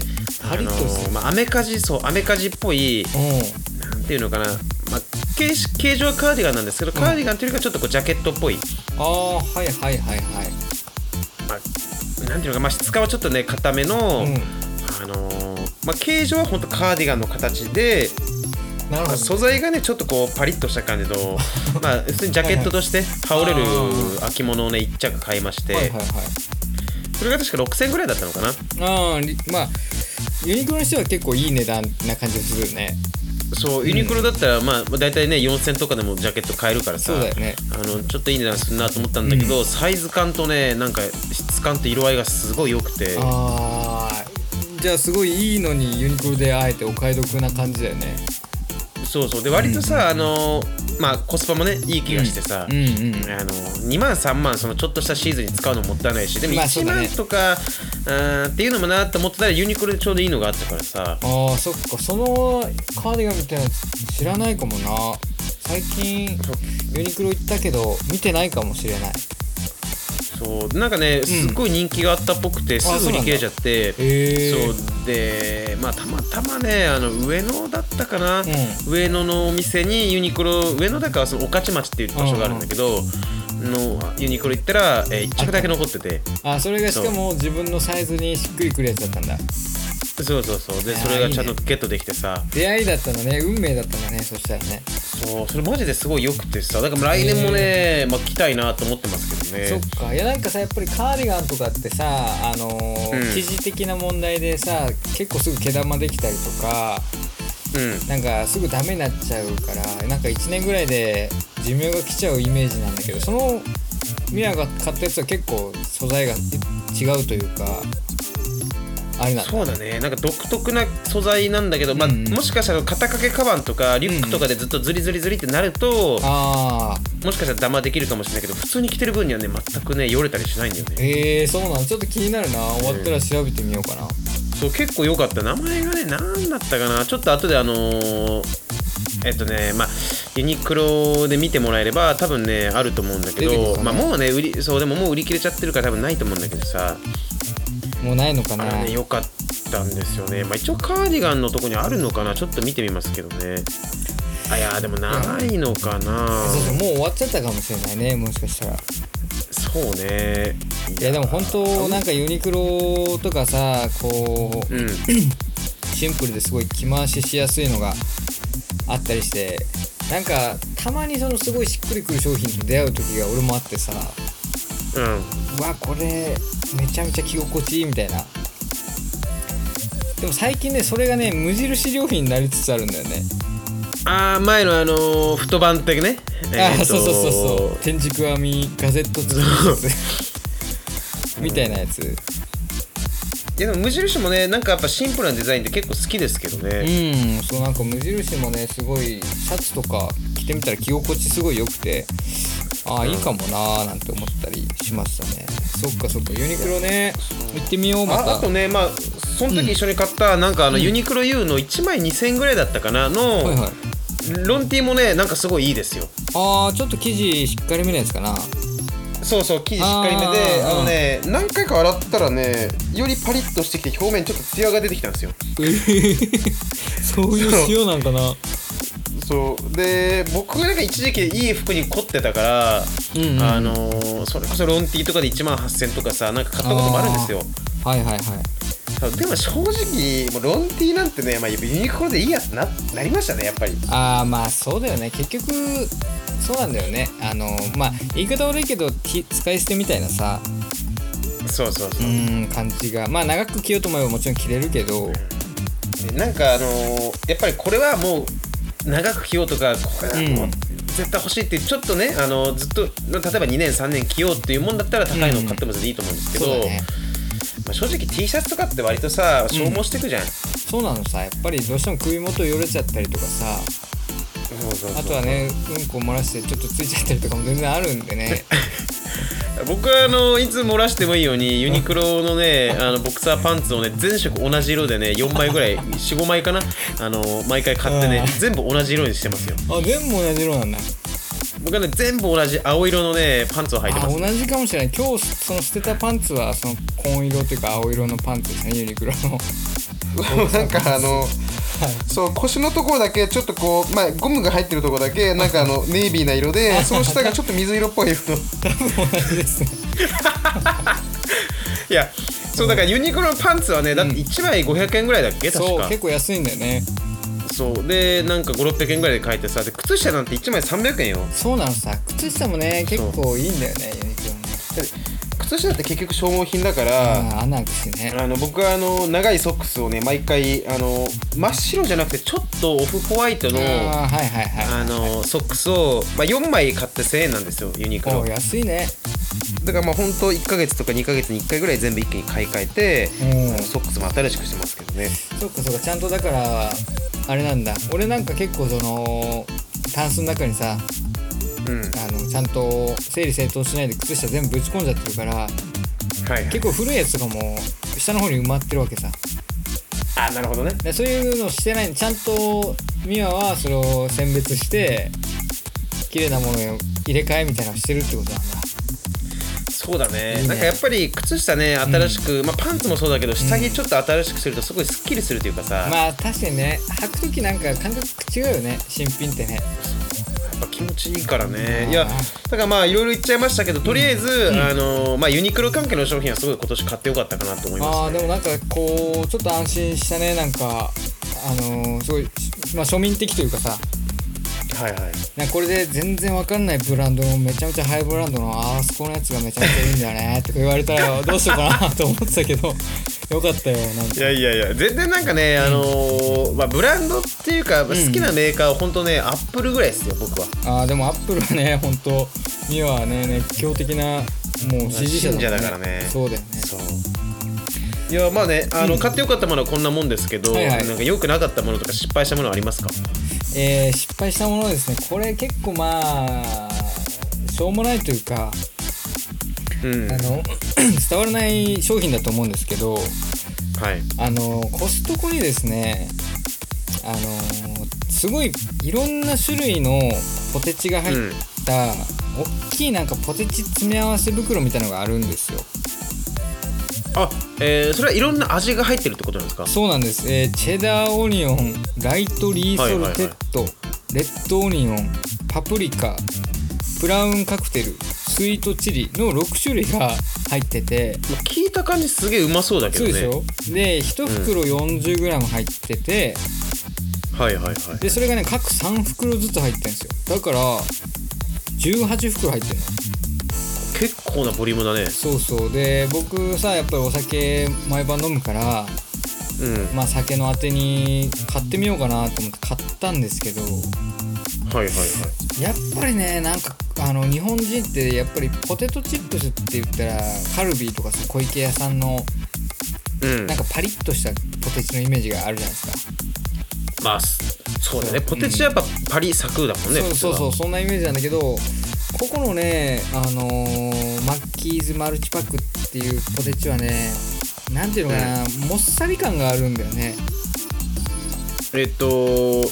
A: パリッとしてる
B: あのまあアメカジそうアメカジっぽい
A: うんうん
B: なんていうのかな、まあ、形式形状はカーディガンなんですけどカーディガンというよりかちょっとこうジャケットっぽい、
A: ああはいはいはいはい
B: まあ、なんていうのか、まあ、質感はちょっとね硬め
A: う
B: の、
A: ん
B: あのーまあ、形状は本当カーディガンの形で、
A: なる
B: ま
A: ほ
B: あ、
A: ど
B: 素材がねちょっとこうパリッとした感じの まあ普通にジャケットとして羽織れる秋物をね1着買いまして、
A: はいはいはい
B: それが確か6000円ぐらいだったのかな
A: あありまあユニクロにしては結構いい値段な感じがするよね
B: そうユニクロだったら、まあまあ大体ね4000とかでもジャケット買えるからさ
A: そうだよね
B: あのちょっといい値段するなと思ったんだけど、サイズ感とねなんか質感と色合いがすごい良くて
A: ああじゃあすごいいいのにユニクロであえてお買い得な感じだよね
B: そうそうで割とさ、あのまあコスパもねいい気がしてさ、
A: うんうん
B: あの2万3万そのちょっとしたシーズンに使うのもったいないしでも
A: まあそう
B: 1
A: だね
B: 万とか、あーっていうのもなと思ってたらユニクロでちょうどいいのがあったからさ
A: ああそっかそのカーディガンみたいなやつ知らないかもな最近ユニクロ行ったけど見てないかもしれない
B: そうなんかねすっごい人気があったっぽくて、すぐ売り切れちゃって
A: へえ
B: そうでまあたまたまねあの上野だったかな、
A: ん
B: 上野のお店にユニクロ上野だからその御徒町っていう場所があるんだけど、のユニクロ行ったら、え1着だけ残ってて
A: あそれがしかも自分のサイズにしっくりくるやつだったんだ
B: そうそうそうで
A: あー
B: それがちゃん
A: い
B: と
A: いね
B: ゲットできてさ
A: 出会いだったんだね運命だったんだねそしたらね
B: そうそれマジですごい良くてさだから来年もね、まあ、来たいなと思ってますけど
A: そ
B: ね
A: っかいやなんかさやっぱりカーディガンとかってさあのー
B: うん
A: 生地的な問題でさ結構すぐ毛玉できたりとか
B: うん
A: なんかすぐダメになっちゃうからなんか1年ぐらいで寿命が来ちゃうイメージなんだけどそのミラが買ったやつは結構素材が違うというかあれなんだ
B: そうだねなんか独特な素材なんだけど、まあ
A: うんうん
B: もしかしたら肩掛けカバンとかリュックとかでずっとズリズリズリってなると、
A: ああ
B: もしかしたらダマできるかもしれないけど普通に着てる分にはね全くねよれたりしないんだよね
A: えー、そうなのちょっと気になるな終わったら調べてみようかな、
B: そう結構良かった名前がね何だったかなちょっと後であのーえっとねまあユニクロで見てもらえれば多分ねあると思うんだけ
A: 出てくる
B: ど、
A: かな
B: まあ、もうね売りそうでももう売り切れちゃってるから多分ないと思うんだけどさ
A: もうないのかな
B: あれね良かったんですよね、まあ、一応カーディガンのとこにあるのかなちょっと見てみますけどねあいやーでもないのかな
A: そうそうもう終わっちゃったかもしれないねもしかしたら
B: そうね
A: いやでも本当なんかユニクロとかさこう
B: うん
A: シンプルですごい着回ししやすいのがあったりしてなんかたまにそのすごいしっくりくる商品と出会う時が俺もあってさ
B: うん
A: うわこれめちゃめちゃ着心地いいみたいなでも最近ねそれがね無印良品になりつつあるんだよね、
B: ああ前のあのー、太版ってね
A: あ
B: えー
A: あ
B: と
A: そうそうそうそう天竺編みガゼット付きのや つみたいなやつ
B: いやでも無印もねなんかやっぱシンプルなデザインって結構好きですけどね、
A: うんそうなんか無印もねすごいシャツとか着てみたら着心地すごい良くてああいいかもなーなんて思ったりしましたねそっかそっかユニクロね行ってみようま
B: あ
A: た
B: あとねまあその時一緒に買った、なんかあのユニクロ U の1枚2000円ぐらいだったかなの、
A: はいはい
B: ロンティもねなんかすごいいいですよ
A: ああちょっと生地しっかりめのやつかな
B: そうそう生地しっかりめで
A: あー
B: あのね何回か洗ったらねよりパリッとしてきて表面ちょっとツヤが出てきたんですよ
A: そういう塩なんかな
B: そうで僕なんか一時期いい服に凝ってたから、
A: うんうんうん
B: あのーそれこそロンティとかで1万8000とかさなんか買ったこともあるんですよ
A: はいはいはい
B: でも正直もうロンティなんてね、まあ、ユニクロでいいやってななりましたねやっぱり
A: ああまあそうだよね結局そうなんだよねあのまあ言い方悪いけどき使い捨てみたいなさ
B: そうそうそうう、
A: ん感じがまあ長く着ようと思えばもちろん着れるけど
B: なんかあのーやっぱりこれはもう長く着ようとかこれはもう
A: うん
B: 絶対欲しいっていうちょっとね、あのーずっと例えば2年3年着ようっていうもんだったら高いのを買っても全然いいと思うんですけど、
A: そうだね
B: まあ、正直 T シャツとかって割とさ消耗していくじゃん、
A: そうなのさやっぱりどうしても首元よれちゃったりとかさ
B: そうそうそう
A: あとはねうんこ漏らしてちょっとついちゃったりとかも全然あるんで ね
B: 僕はあのいつ漏らしてもいいようにユニクロのねあのボクサーパンツをね全色同じ色でね4枚ぐらい45枚かなあの毎回買ってね
A: うん
B: 全部同じ色にしてますよ
A: あ全部同じ色なんだ
B: 僕はね全部同じ青色のねパンツを履いて
A: あ
B: ます
A: 同じかもしれない今日その捨てたパンツはその紺色というか青色のパンツですねユニクロ の
C: なんかあの、そう腰のところだけちょっとこう、まあ、ゴムが入ってるところだけなんかあのネイビーな色でその下がちょっと水色っぽい色の
A: 同じですね
B: いやそうだからユニクロのパンツはねだって1枚500円ぐらいだっけ確
A: そう
B: か
A: 結構安いんだよね
B: そうでなんか5600円ぐらいで買えてさで靴下なんて1枚300円よ
A: そうなのさ靴下もね結構いいんだよねユニクロね
C: 靴下って結局消耗品だから、
A: あー穴開くしね
B: あの僕はあの長いソックスをね毎回あの真っ白じゃなくてちょっとオフホワイト
A: あ
B: の
A: ーはいはい
B: あ
A: は
B: のソックスを、まあ、4枚買って1000円なんですよユニク
A: いお
B: ロ
A: ー安いね
B: だからまあ本当1ヶ月とか2ヶ月に1回ぐらい全部一気に買い替えて、
A: うん
B: あのソックスも新しくしてますけどね
A: そっかそっかちゃんとだからあれなんだ俺なんか結構そのタンスの中にさ
B: うん
A: あのちゃんと整理整頓しないで靴下全部ぶち込んじゃってるから
B: はいはい
A: 結構古いやつとかも下の方に埋まってるわけさ
B: あなるほどね
A: でそういうのしてないちゃんと美和はそれを選別して綺麗なものを入れ替えみたいなのしてるってことなんだ
B: そうだね
A: いいね
B: なんかやっぱり靴下ね新しく、まあ、パンツもそうだけど下着ちょっと新しくするとすごいスッキリするというかさ、やっ
A: まあ確かにね履く時なんか感覚違うよね新品ってね
B: ぱ気持ちいいからね
A: うん
B: いやだからまあいろいろ言っちゃいましたけどとりあえず、あのまあ、ユニクロ関係の商品はすごい今年買ってよかったかなと思い
A: あ
B: ま
A: あ
B: す、
A: ーで
B: ね、
A: もなんかこうちょっと安心したねなんかあのーすごい、まあ、庶民的というかさ
B: はいはい
A: なんかこれで全然わかんないブランドのめちゃめちゃハイブランドのあーそこのやつがめちゃめちゃいいんだよね とか言われたらどうしようかなと思ってたけど よかったよなん
B: い
A: か
B: やいやいや全然なんかね、あのーまあ、ブランドっていうか好きなメーカーは本当ね、アップルぐらいですよ僕は
A: あーでもアップルはね本当ミワはね熱狂的なもう支持者
B: 信者だ
A: もん
B: からね
A: そうだよね
B: ういやまあねあの、買ってよかったものはこんなもんですけど、
A: はいはい
B: なんか良くなかったものとか失敗したものはありますか
A: えー失敗したものですねこれ結構まあしょうもないというか
B: うん
A: あ
B: はい
A: の 伝わらない商品だと思うんですけどあのコストコにですねあのすごいいろんな種類のポテチが入った、大きいなんかポテチ詰め合わせ袋みたいのがあるんですよ
B: あえー、それはいろんな味が入ってるってことなんですか
A: そうなんです、えーチェダーオニオンライトリーソルテッド、レッドオニオンパプリカブラウンカクテルスイートチリの6種類が入ってて
B: まあ聞いた感じすげえうまそうだけ
A: そ
B: ど
A: う
B: ね
A: ですよで1袋 40g 入ってて、
B: はいはいはい
A: でそれがね各3袋ずつ入ってるんですよだから18袋入ってるの
B: 結構なボリュームだね
A: そうそうで僕さやっぱりお酒毎晩飲むから
B: うん
A: まあ酒のあてに買ってみようかなと思って買ったんですけど
B: はいはいはい
A: やっぱりねなんかあの日本人ってやっぱりポテトチップスって言ったらカルビーとかさ小池屋さんの
B: うん
A: なんかパリッとしたポテチのイメージがあるじゃないですか、
B: まあすそうだね
A: そう
B: ポテチはやっぱパリサクだもんね、
A: そうそうそう
B: 普
A: そんなイメージなんだけどここのねあのーマッキーズマルチパックっていうポテチはねなんていうのかな、もっさり感があるんだよね
B: 通はえっと、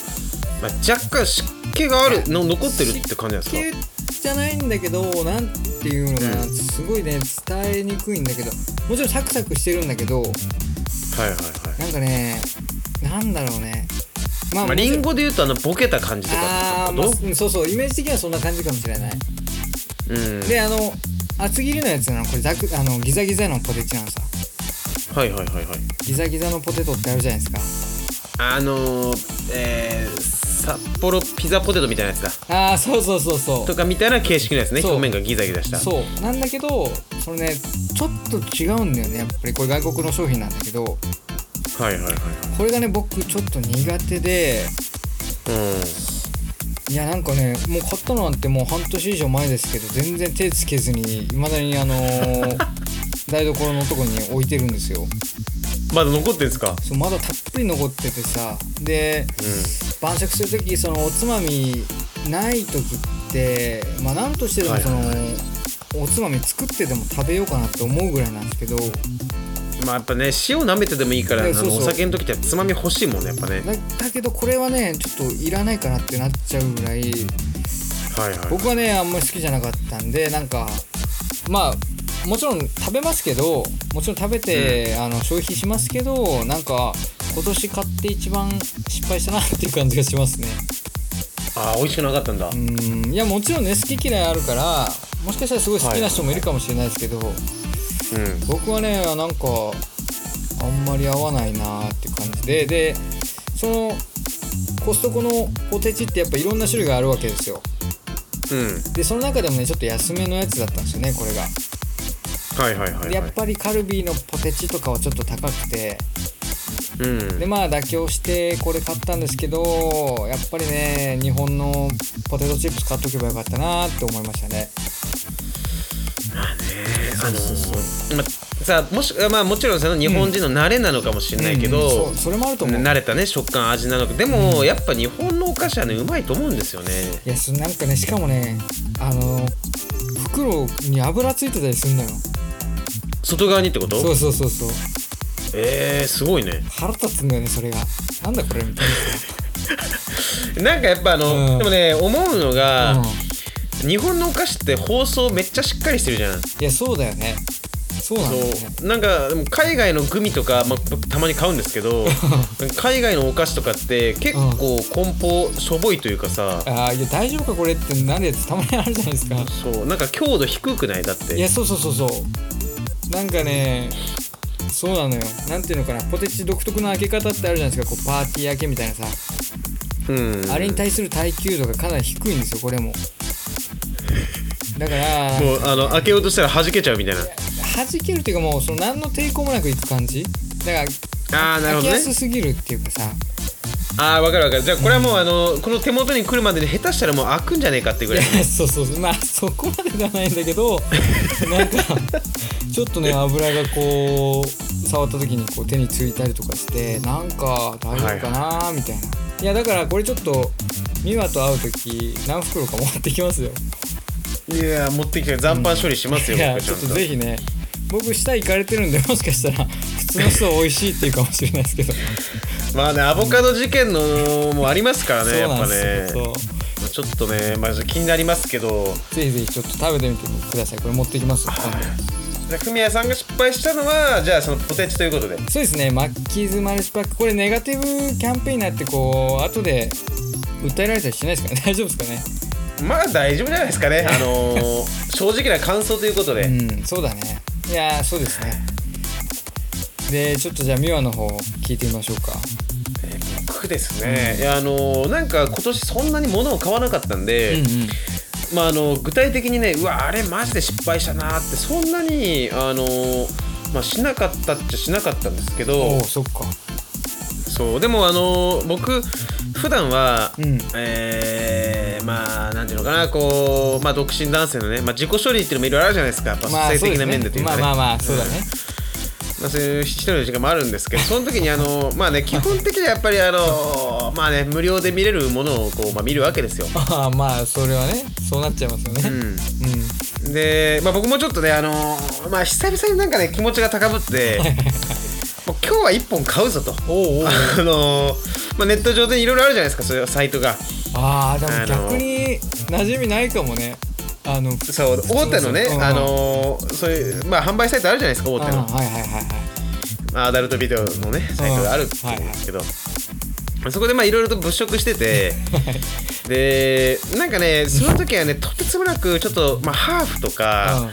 B: まあ、若干湿気があるの残ってるって感じなんですか
A: 湿気じゃないんだけどなんていうのかな、
B: うん
A: すごいね伝えにくいんだけどもちろんサクサクしてるんだけど
B: はいはいはい
A: なんかねなんだろうねま
B: まあ、リンゴでいうとあのボケた感じとか
A: あ
B: っ
A: ー、
B: て
A: まあ
B: こと
A: そうそうイメージ的にはそんな感じかもしれない
B: うん
A: であの厚切りのやつなのこれザクあのギザギザのポテチなのさ
B: はいはいはいはい
A: ギザギザのポテトってあるじゃないですか
B: あのー、えー、札幌ピザポテトみたいなやつだ
A: ああそうそうそうそ
B: とかみたいな形式のやつね
A: そう
B: 表面がギザギザし
A: う
B: た
A: そうなんだけどそれねちょっと違うんだよねやっぱりこれ外国の商品なんだけど
B: はいはいはいはい
A: これがね僕ちょっと苦手で
B: うん
A: いやなんかねもう買ったのなんてもう半年以上前ですけど全然手つけずにいまだにあのー台所のとこに置いてるんですよ
B: まだ残ってんすか
A: そうまだたっぷり残っててさで
B: う
A: 晩酌する時そのおつまみない時ってまあ何としてでも
B: はい
A: そ
B: はい
A: の、
B: はい
A: おつまみ作ってでも食べようかなって思うぐらいなんですけど
B: んまあやっぱね塩舐めてでもいいから
A: い
B: あ
A: やそうそう
B: のお酒の時ってつまみ欲しいもんねやっぱね
A: だだけどこれはねちょっといらないかなってなっちゃうぐらい
B: はいはい
A: 僕はねあんまり好きじゃなかったんでなんかまあもちろん食べますけどもちろん食べて、あの消費しますけどなんか今年買って一番失敗したなっていう感じがしますね。
B: あー美味しくなかったんだ、
A: うんいやもちろんね好き嫌いあるからもしかしたらすごい好きな人もいるかもしれないですけど、
B: うん
A: 僕はねなんかあんまり合わないなーって感じででそのコストコのポテチってやっぱいろんな種類があるわけですよ
B: うん
A: でその中でもねちょっと安めのやつだったんですよねこれが
B: はいはいはいはい
A: でやっぱりカルビーのポテチとかはちょっと高くて
B: うん
A: でまあ妥協してこれ買ったんですけどやっぱりね日本のポテトチップス買っとけばよかったなーって思いましたね
B: あのーまさあもしまあもちろんその日本人の慣れなのかもしれないけ
A: うん
B: ど、
A: そうそれもあると思う
B: 慣れたね食感味なのかでも、やっぱ日本のお菓子はねうまいと思うんですよね
A: いやそなんかねしかもねあの袋に油ついてたりすんのよ
B: 外側にってこ
A: そう
B: と
A: そうそうそう
B: えー、すごいね
A: 腹立つんだよねそれがなんだこれみたい
B: なんかやっぱあの、
A: うん
B: でもね思うの
A: な、
B: が、
A: うん、い
B: 日本のお菓子って包装めっちゃしっかりしてるじゃん
A: やそうだよねそうなんだよね
B: そうなんかでも海外のグミとか、まあ、僕たまに買うんですけど海外のお菓子とかって結構梱包しょぼいというかさ、
A: あーいや大丈夫かこれってなるやつたまにあるじゃないですか
B: そうなんか強度低くないだって
A: いやそうそうそうそうなんかねそうなのよなんていうのかなポテチ独特の開け方ってあるじゃないですかこうパーティー開けみたいなさ、
B: うん、
A: あれに対する耐久度がかなり低いんですよこれもだから
B: もうあの開けようとしたら弾けちゃうみたいな
A: 弾けるっていうかもうその何の抵抗もなくいく感じだから
B: ああなる
A: 開
B: ほ
A: けや
B: どね
A: すすぎるっていうかさ
B: ああ分かる分かるじゃあこれはもうあのこの手元に来るまでに下手したらもう開くんじゃねえかってぐらい
A: いやそうそうそうまあそこまでじゃないんだけどなんかちょっとね油がこう触った時にこう手についたりとかしてなんか大丈夫かなーみたいな、い、やだからこれちょっと美和と会う時何袋か持ってきますよ
B: いや持ってきて残飯処理しますよ、
A: いや
B: 僕
A: ち
B: ち
A: ょ
B: ゃん
A: っ
B: と
A: とぜひね僕下行かれてるんでもしかしたら普通の人美味しいっていうかもしれないですけど
B: まあねアボカド事件のもありますからね
A: そ
B: や
A: う
B: っ
A: なん
B: ぱ
A: で
B: ね
A: すよ、そ
B: ちょっとね、まあ、気になりますけど
A: うぜひぜひちょっと食べてみてくださいこれ持ってきますよ今度
B: じゃあフミヤさんが失敗したのはじゃあそのポテチということで
A: そうですねマッキーズマルチパックこれネガティブキャンペーンになってこう後で訴えられたりしないですかね 大丈夫です
B: まあ大丈夫じゃないですかねあのー正直な感想ということで、
A: かねうんそうだねいやーそうですねでちょっとじゃあミワの方聞いてみましょうか
B: 僕ですね、いやあのーなんか今年そんなに物を買わなかったんで、
A: うんうん
B: まああの具体的にねうわあれマジで失敗したなーってそんなにあのーまあしなかったっちゃしなかったんですけ
A: お
B: ど
A: おそっか
B: そうでもあのー僕普段は、
A: うん
B: えーまあなんていうのかなこうまあ独身男性のねまあ自己処理っていうのもいろいろあるじゃないですかやっぱ
A: まあ
B: 性
A: そうで
B: 的
A: す
B: な面でとい
A: ねまあ
B: うかね
A: まあまあそうだね
B: まあ、そういう一人の時間もあるんですけどその時にあのまあね基本的にはやっぱりあのまあね無料で見れるものをこう、まあ、見るわけですよ。
A: ああまあそれはねそうなっちゃいますよね
B: う
A: うん、
B: ん、で、まあ、僕もちょっとねあのまあ久々になんかね気持ちが高ぶってもう今日は1本買うぞと。
A: おうおうおう
B: あのまあ、ネット上でいろいろあるじゃないですかそういうサイトが
A: ああでも
B: あの
A: 逆に馴染みないかもねあの
B: そう大手のね
A: そうそう
B: あのそういう、まあ、販売サイトあるじゃないですか
A: あ
B: 大手の
A: はいはいはいはい
B: まあアダルトビデオのねサイトがあるんですけど、そこでまあいろいろと物色しててでなんかねその時はねとてつもなくちょっと、まあ、ハーフとか、
A: うん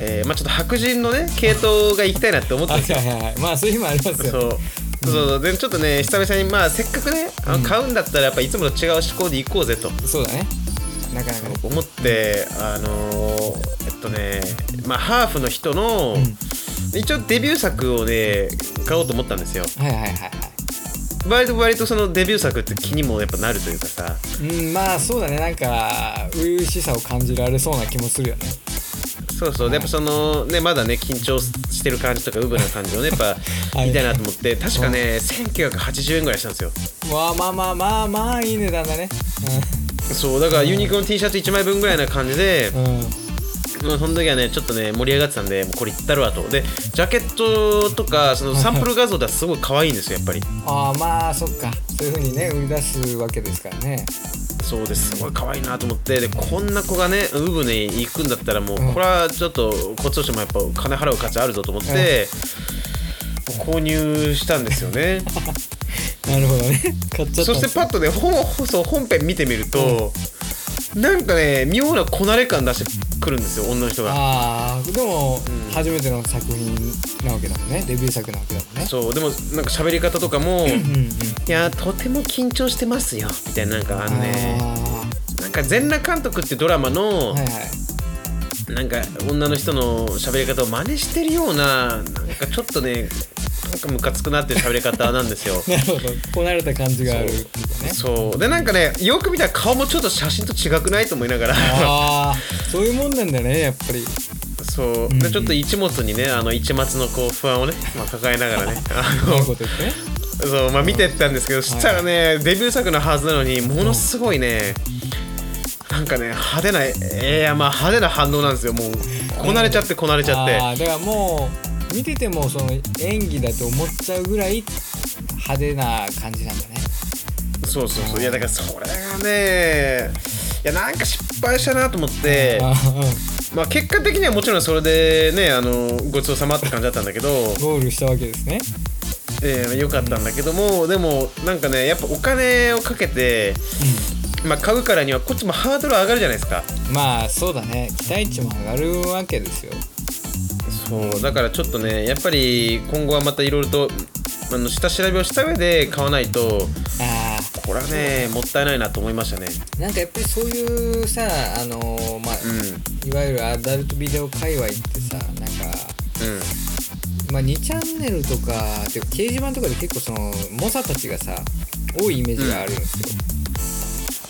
B: えーまあ、ちょっと白人のね系統が行きたいなって思ったん
A: はい
B: ですよ。
A: はいはいまあそういう日もありますよ
B: そうそうでちょっとね久々にまあせっかくねあの買うんだったらやっぱいつもと違う思考で行こうぜと
A: そうだねなかなかね
B: 思ってあのーえっとねまあハーフの人の、一応デビュー作をね買おうと思ったんですよ。
A: はいはいはいは
B: 割と割とそのデビュー作って気にもやっぱなるというかさ
A: いうんまあそうだねなんか初々しさを感じられそうな気もするよね
B: そうそう、でやっぱそのねまだね緊張してる感じとかウブな感じをねやっぱ
A: い
B: 見たいなと思って確かね1980円ぐらいしたんですよ
A: わあまあまあまあまあいい値段だね
B: そうだからユニクロの T シャツ1枚分ぐらいな感じで
A: う、ん、うん、
B: まあその時はねちょっとね盛り上がってたんでもうこれいったるわとでジャケットとかそのサンプル画像ではすごい可愛いんですよやっぱり
A: ああまあそっかそういうふうにね売り出すわけですからね
B: そうですすごい可愛いなと思ってでこんな子がねウブに行くんだったらもうこれはちょっとこっちとしてもやっぱ金払う価値あるぞと思って、購入したんです よね
A: なるほどね買っちゃった
B: そ
A: もん
B: してパッとね本そう本編見てみると、なんかね妙なこなれ感出してくるんですよ女の人が。
A: ああでも、初めての作品なわけだもんねデビュー作なわけだもんね
B: そうでもなんか喋り方とかも
A: う
B: 「
A: んうん
B: いやーとても緊張してますよ」みたいななんかあのね
A: あ
B: なんか全裸監督ってドラマ
A: あ
B: の、
A: はいはい
B: なんか女の人の喋り方を真似してるようななんかちょっとねなんかムカつくなっていう喋り方なんですよ
A: なるほどこなれた感じがあるっていうかね
B: そうでなんかねよく見たら顔もちょっと写真と違くないと思いながら
A: ああそういうもんなんだねやっぱり
B: そうでちょっと一物にねあの一抹のこう不安をね、まあ、抱えながらねあ
A: うまい
B: の
A: こと言ってね
B: そう、まあ、見てったんですけどそしたらねデビュー作のはずなのにものすごいねなんかね派手なえいやまあ派手な反応なんですよもうこなれちゃってこなれちゃって
A: あ。ーだからもう見ててもその演技だと思っちゃうぐらい派手な感じなんだね
B: そうそうそういやだからそれがねいやなんか失敗したなと思って
A: あー
B: まあ結果的にはもちろんそれでねあのごちそうさまって感じだったんだけど、
A: うん ゴールしたわけですね
B: えー、よかったんだけどもでもなんかねやっぱお金をかけて、まあ、買うからにはこっちもハードル上がるじゃないですか
A: まあそうだね期待値も上がるわけですよ
B: そうだからちょっとねやっぱり今後はまたいろいろとあの下調べをした上で買わないと
A: ああ
B: これはねもったいないなと思いましたね
A: なんかやっぱりそういうさあのーまあ、いわゆるアダルトビデオ界隈ってさなんか
B: うんうん
A: まあ、2チャンネルとかてか掲示板とかで結構その猛者たちがさ多いイメージがあるんですよ、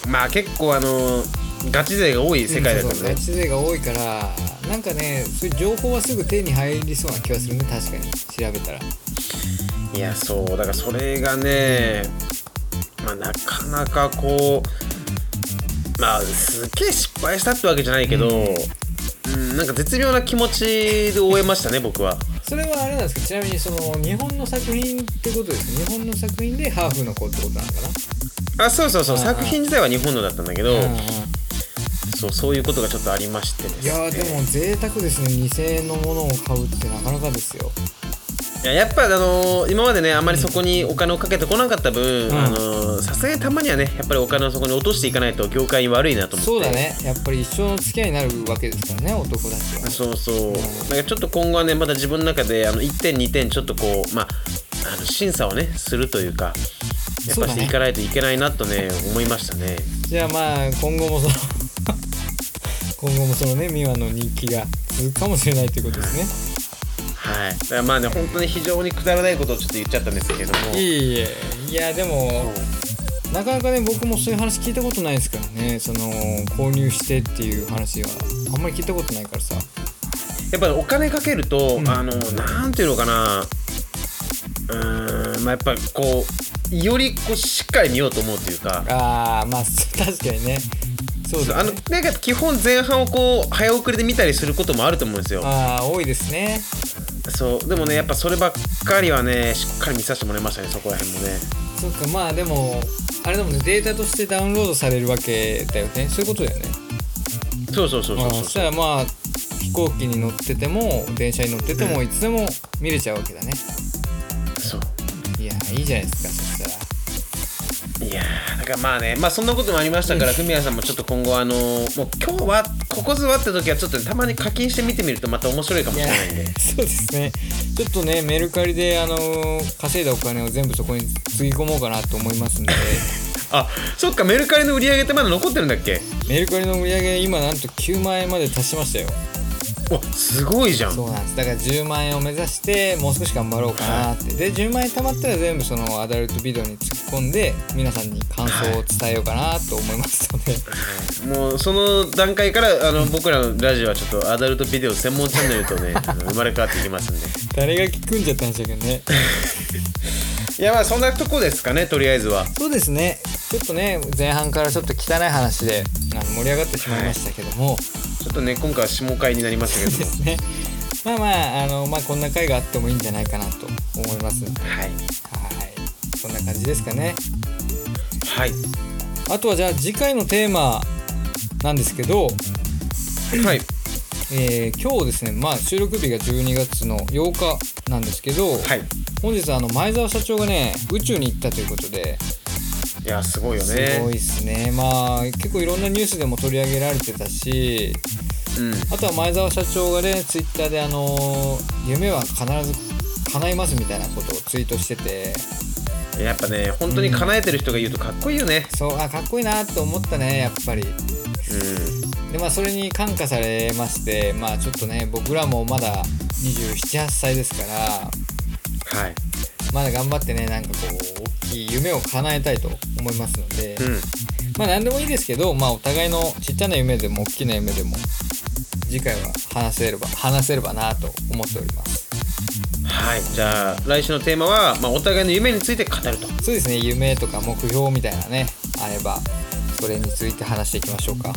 B: まあ結構あのガチ勢が多い世界だった
A: うんんそうそう
B: で
A: ガチ勢が多いからなんかねそういう情報はすぐ手に入りそうな気はするね確かに調べたら
B: いやそうだからそれがねまあなかなかこうまあすっげえ失敗したってわけじゃないけど、うん、なんか絶妙な気持ちで終えましたね僕は。
A: それはあれなんですけどちなみにその日本の作品ってことですね日本の作品でハーフの子ってことなのかな
B: あそうそうそう
A: うんうん
B: 作品自体は日本のだったんだけど、
A: うんうん
B: そうそういうことがちょっとありましてです
A: いやーでも贅沢ですね2000円のものを買うってなかなかですよ
B: いややっぱあのー今までねあんまりそこにお金をかけてこなかった分、
A: うん
B: あのーさすがにたまにはねやっぱりお金をそこに落としていかないと業界に悪いなと思って
A: そうだねやっぱり一生の付き合いになるわけですからね男たちは
B: そうそうなんかちょっと今後はねまた自分の中であの1点2点ちょっとこうまああの審査をねするというかやっ
A: そうだ
B: ぱし
A: ね
B: ていかないといけないなとね思いましたね
A: じゃあまあ今後もその 今後もそのね美和の人気が続くかもしれないということです
B: はいだからまあね本当に非常にくだらないことをちょっと言っちゃったんですけれども
A: ねいえいえいやでもなかなかね僕もそういう話聞いたことないですからねその購入してっていう話はあんまり聞いたことないからさ
B: やっぱりお金かけると、
A: うん
B: あのなんていうのかなうーんまあやっぱりこうよりこうしっかり見ようと思うというか
A: あーまあそう確かにねそう
B: あ
A: だ
B: の
A: ね
B: なんか基本前半をこう早送りで見たりすることもあると思うんですよ
A: ああ多いですね
B: そうでもねやっぱそればっかりはねしっかり見させてもらいましたねそこら辺もね
A: そっかまあでもあれだもんねデータとしてダウンロードされるわけだよねそういうことだよね
B: そうそうそう
A: まあ
B: そうそう
A: そしたらまあ飛行機に乗ってても電車に乗っててもいつでも見れちゃうわけだね、
B: そう
A: いやいいじゃないですかそしたら
B: いやーだからまあねまあそんなこともありましたからフミヤさんもちょっと今後あのーもう今日はここぞはって時はちょっとね、たまに課金して見てみるとまた面白いかもしれないんで
A: そうですねちょっとねメルカリであのー稼いだお金を全部そこにつぎ込もうかなと思いますんで
B: あそっかメルカリの売り上げってまだ残ってるんだっけ
A: メルカリの売り上げ今なんと9万円まで達しましたよ
B: おすごいじゃん
A: そうなんですだから10万円を目指してもう少し頑張ろうかなって、で10万円貯まったら全部そのアダルトビデオに突っ込んで皆さんに感想を伝えようかなと思いますので、
B: もうその段階からあの僕らのラジオはちょっとアダルトビデオ専門チャンネルとね あの生まれ変わっていきますんで
A: 誰が聞くんじゃったんでしたっけね
B: いやまあそんなとこですかねとりあえずは
A: そうですねちょっとね前半からちょっと汚い話であの盛り上がってしまいましたけども、
B: ちょっとね今回は下会になりましたけ
A: で
B: ども
A: すねまあまああの、まあ、こんな回があってもいいんじゃないかなと思いますは
B: はい
A: いそんな感じですかね
B: はい
A: あとはじゃあ次回のテーマなんですけど
B: はい
A: えー今日ですね、まあ、収録日が12月の8日なんですけど、
B: はい
A: 本日あの前澤社長がね宇宙に行ったということで、
B: いやすごいよ
A: す
B: ね
A: ごいですねまあ結構いろんなニュースでも取り上げられてたし
B: うん
A: あとは前澤社長がねツイッターであのー夢は必ず叶いますみたいなことをツイートしてて
B: やっぱね本当に叶えてる人が言うとかっこいいよね
A: そうあかっこいいなと思ったねやっぱりでまあそれに感化されましてまあちょっとね僕らもまだ278歳ですから
B: うんはい
A: まだ頑張ってねなんかこう大きい夢を叶えたいと思いますので、
B: うん
A: まあ何でもいいですけど、まあ、お互いのちっちゃな夢でも大きな夢でも次回は話せれば話せればなと思っております
B: はいじゃあ来週のテーマは、まあ、お互いの夢について語ると
A: そうですね夢とか目標みたいなねあればそれについて話していきましょうか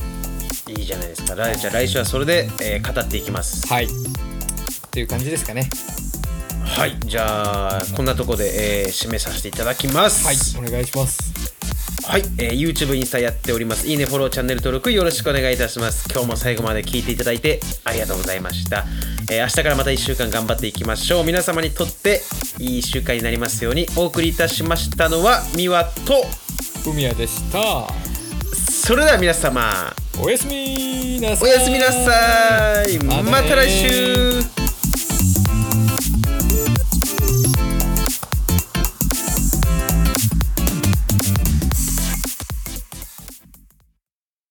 B: いいじゃないですか来じゃあ来週はそれで、えー語っていきます
A: はいっていう感じですかね
B: はいじゃあこんなとこで、えー締めさせていただきます
A: はいお願いします
B: はい、えー YouTube インスタやっておりますいいねフォローチャンネル登録よろしくお願いいたします今日も最後まで聞いていただいてありがとうございました、えー明日からまた1週間頑張っていきましょう皆様にとっていい1週間になりますようにお送りいたしましたのはみわと
A: 海谷でした
B: それでは皆様
A: おやすみなさ
B: お
A: い
B: やすみなさい
A: またねー
B: また来週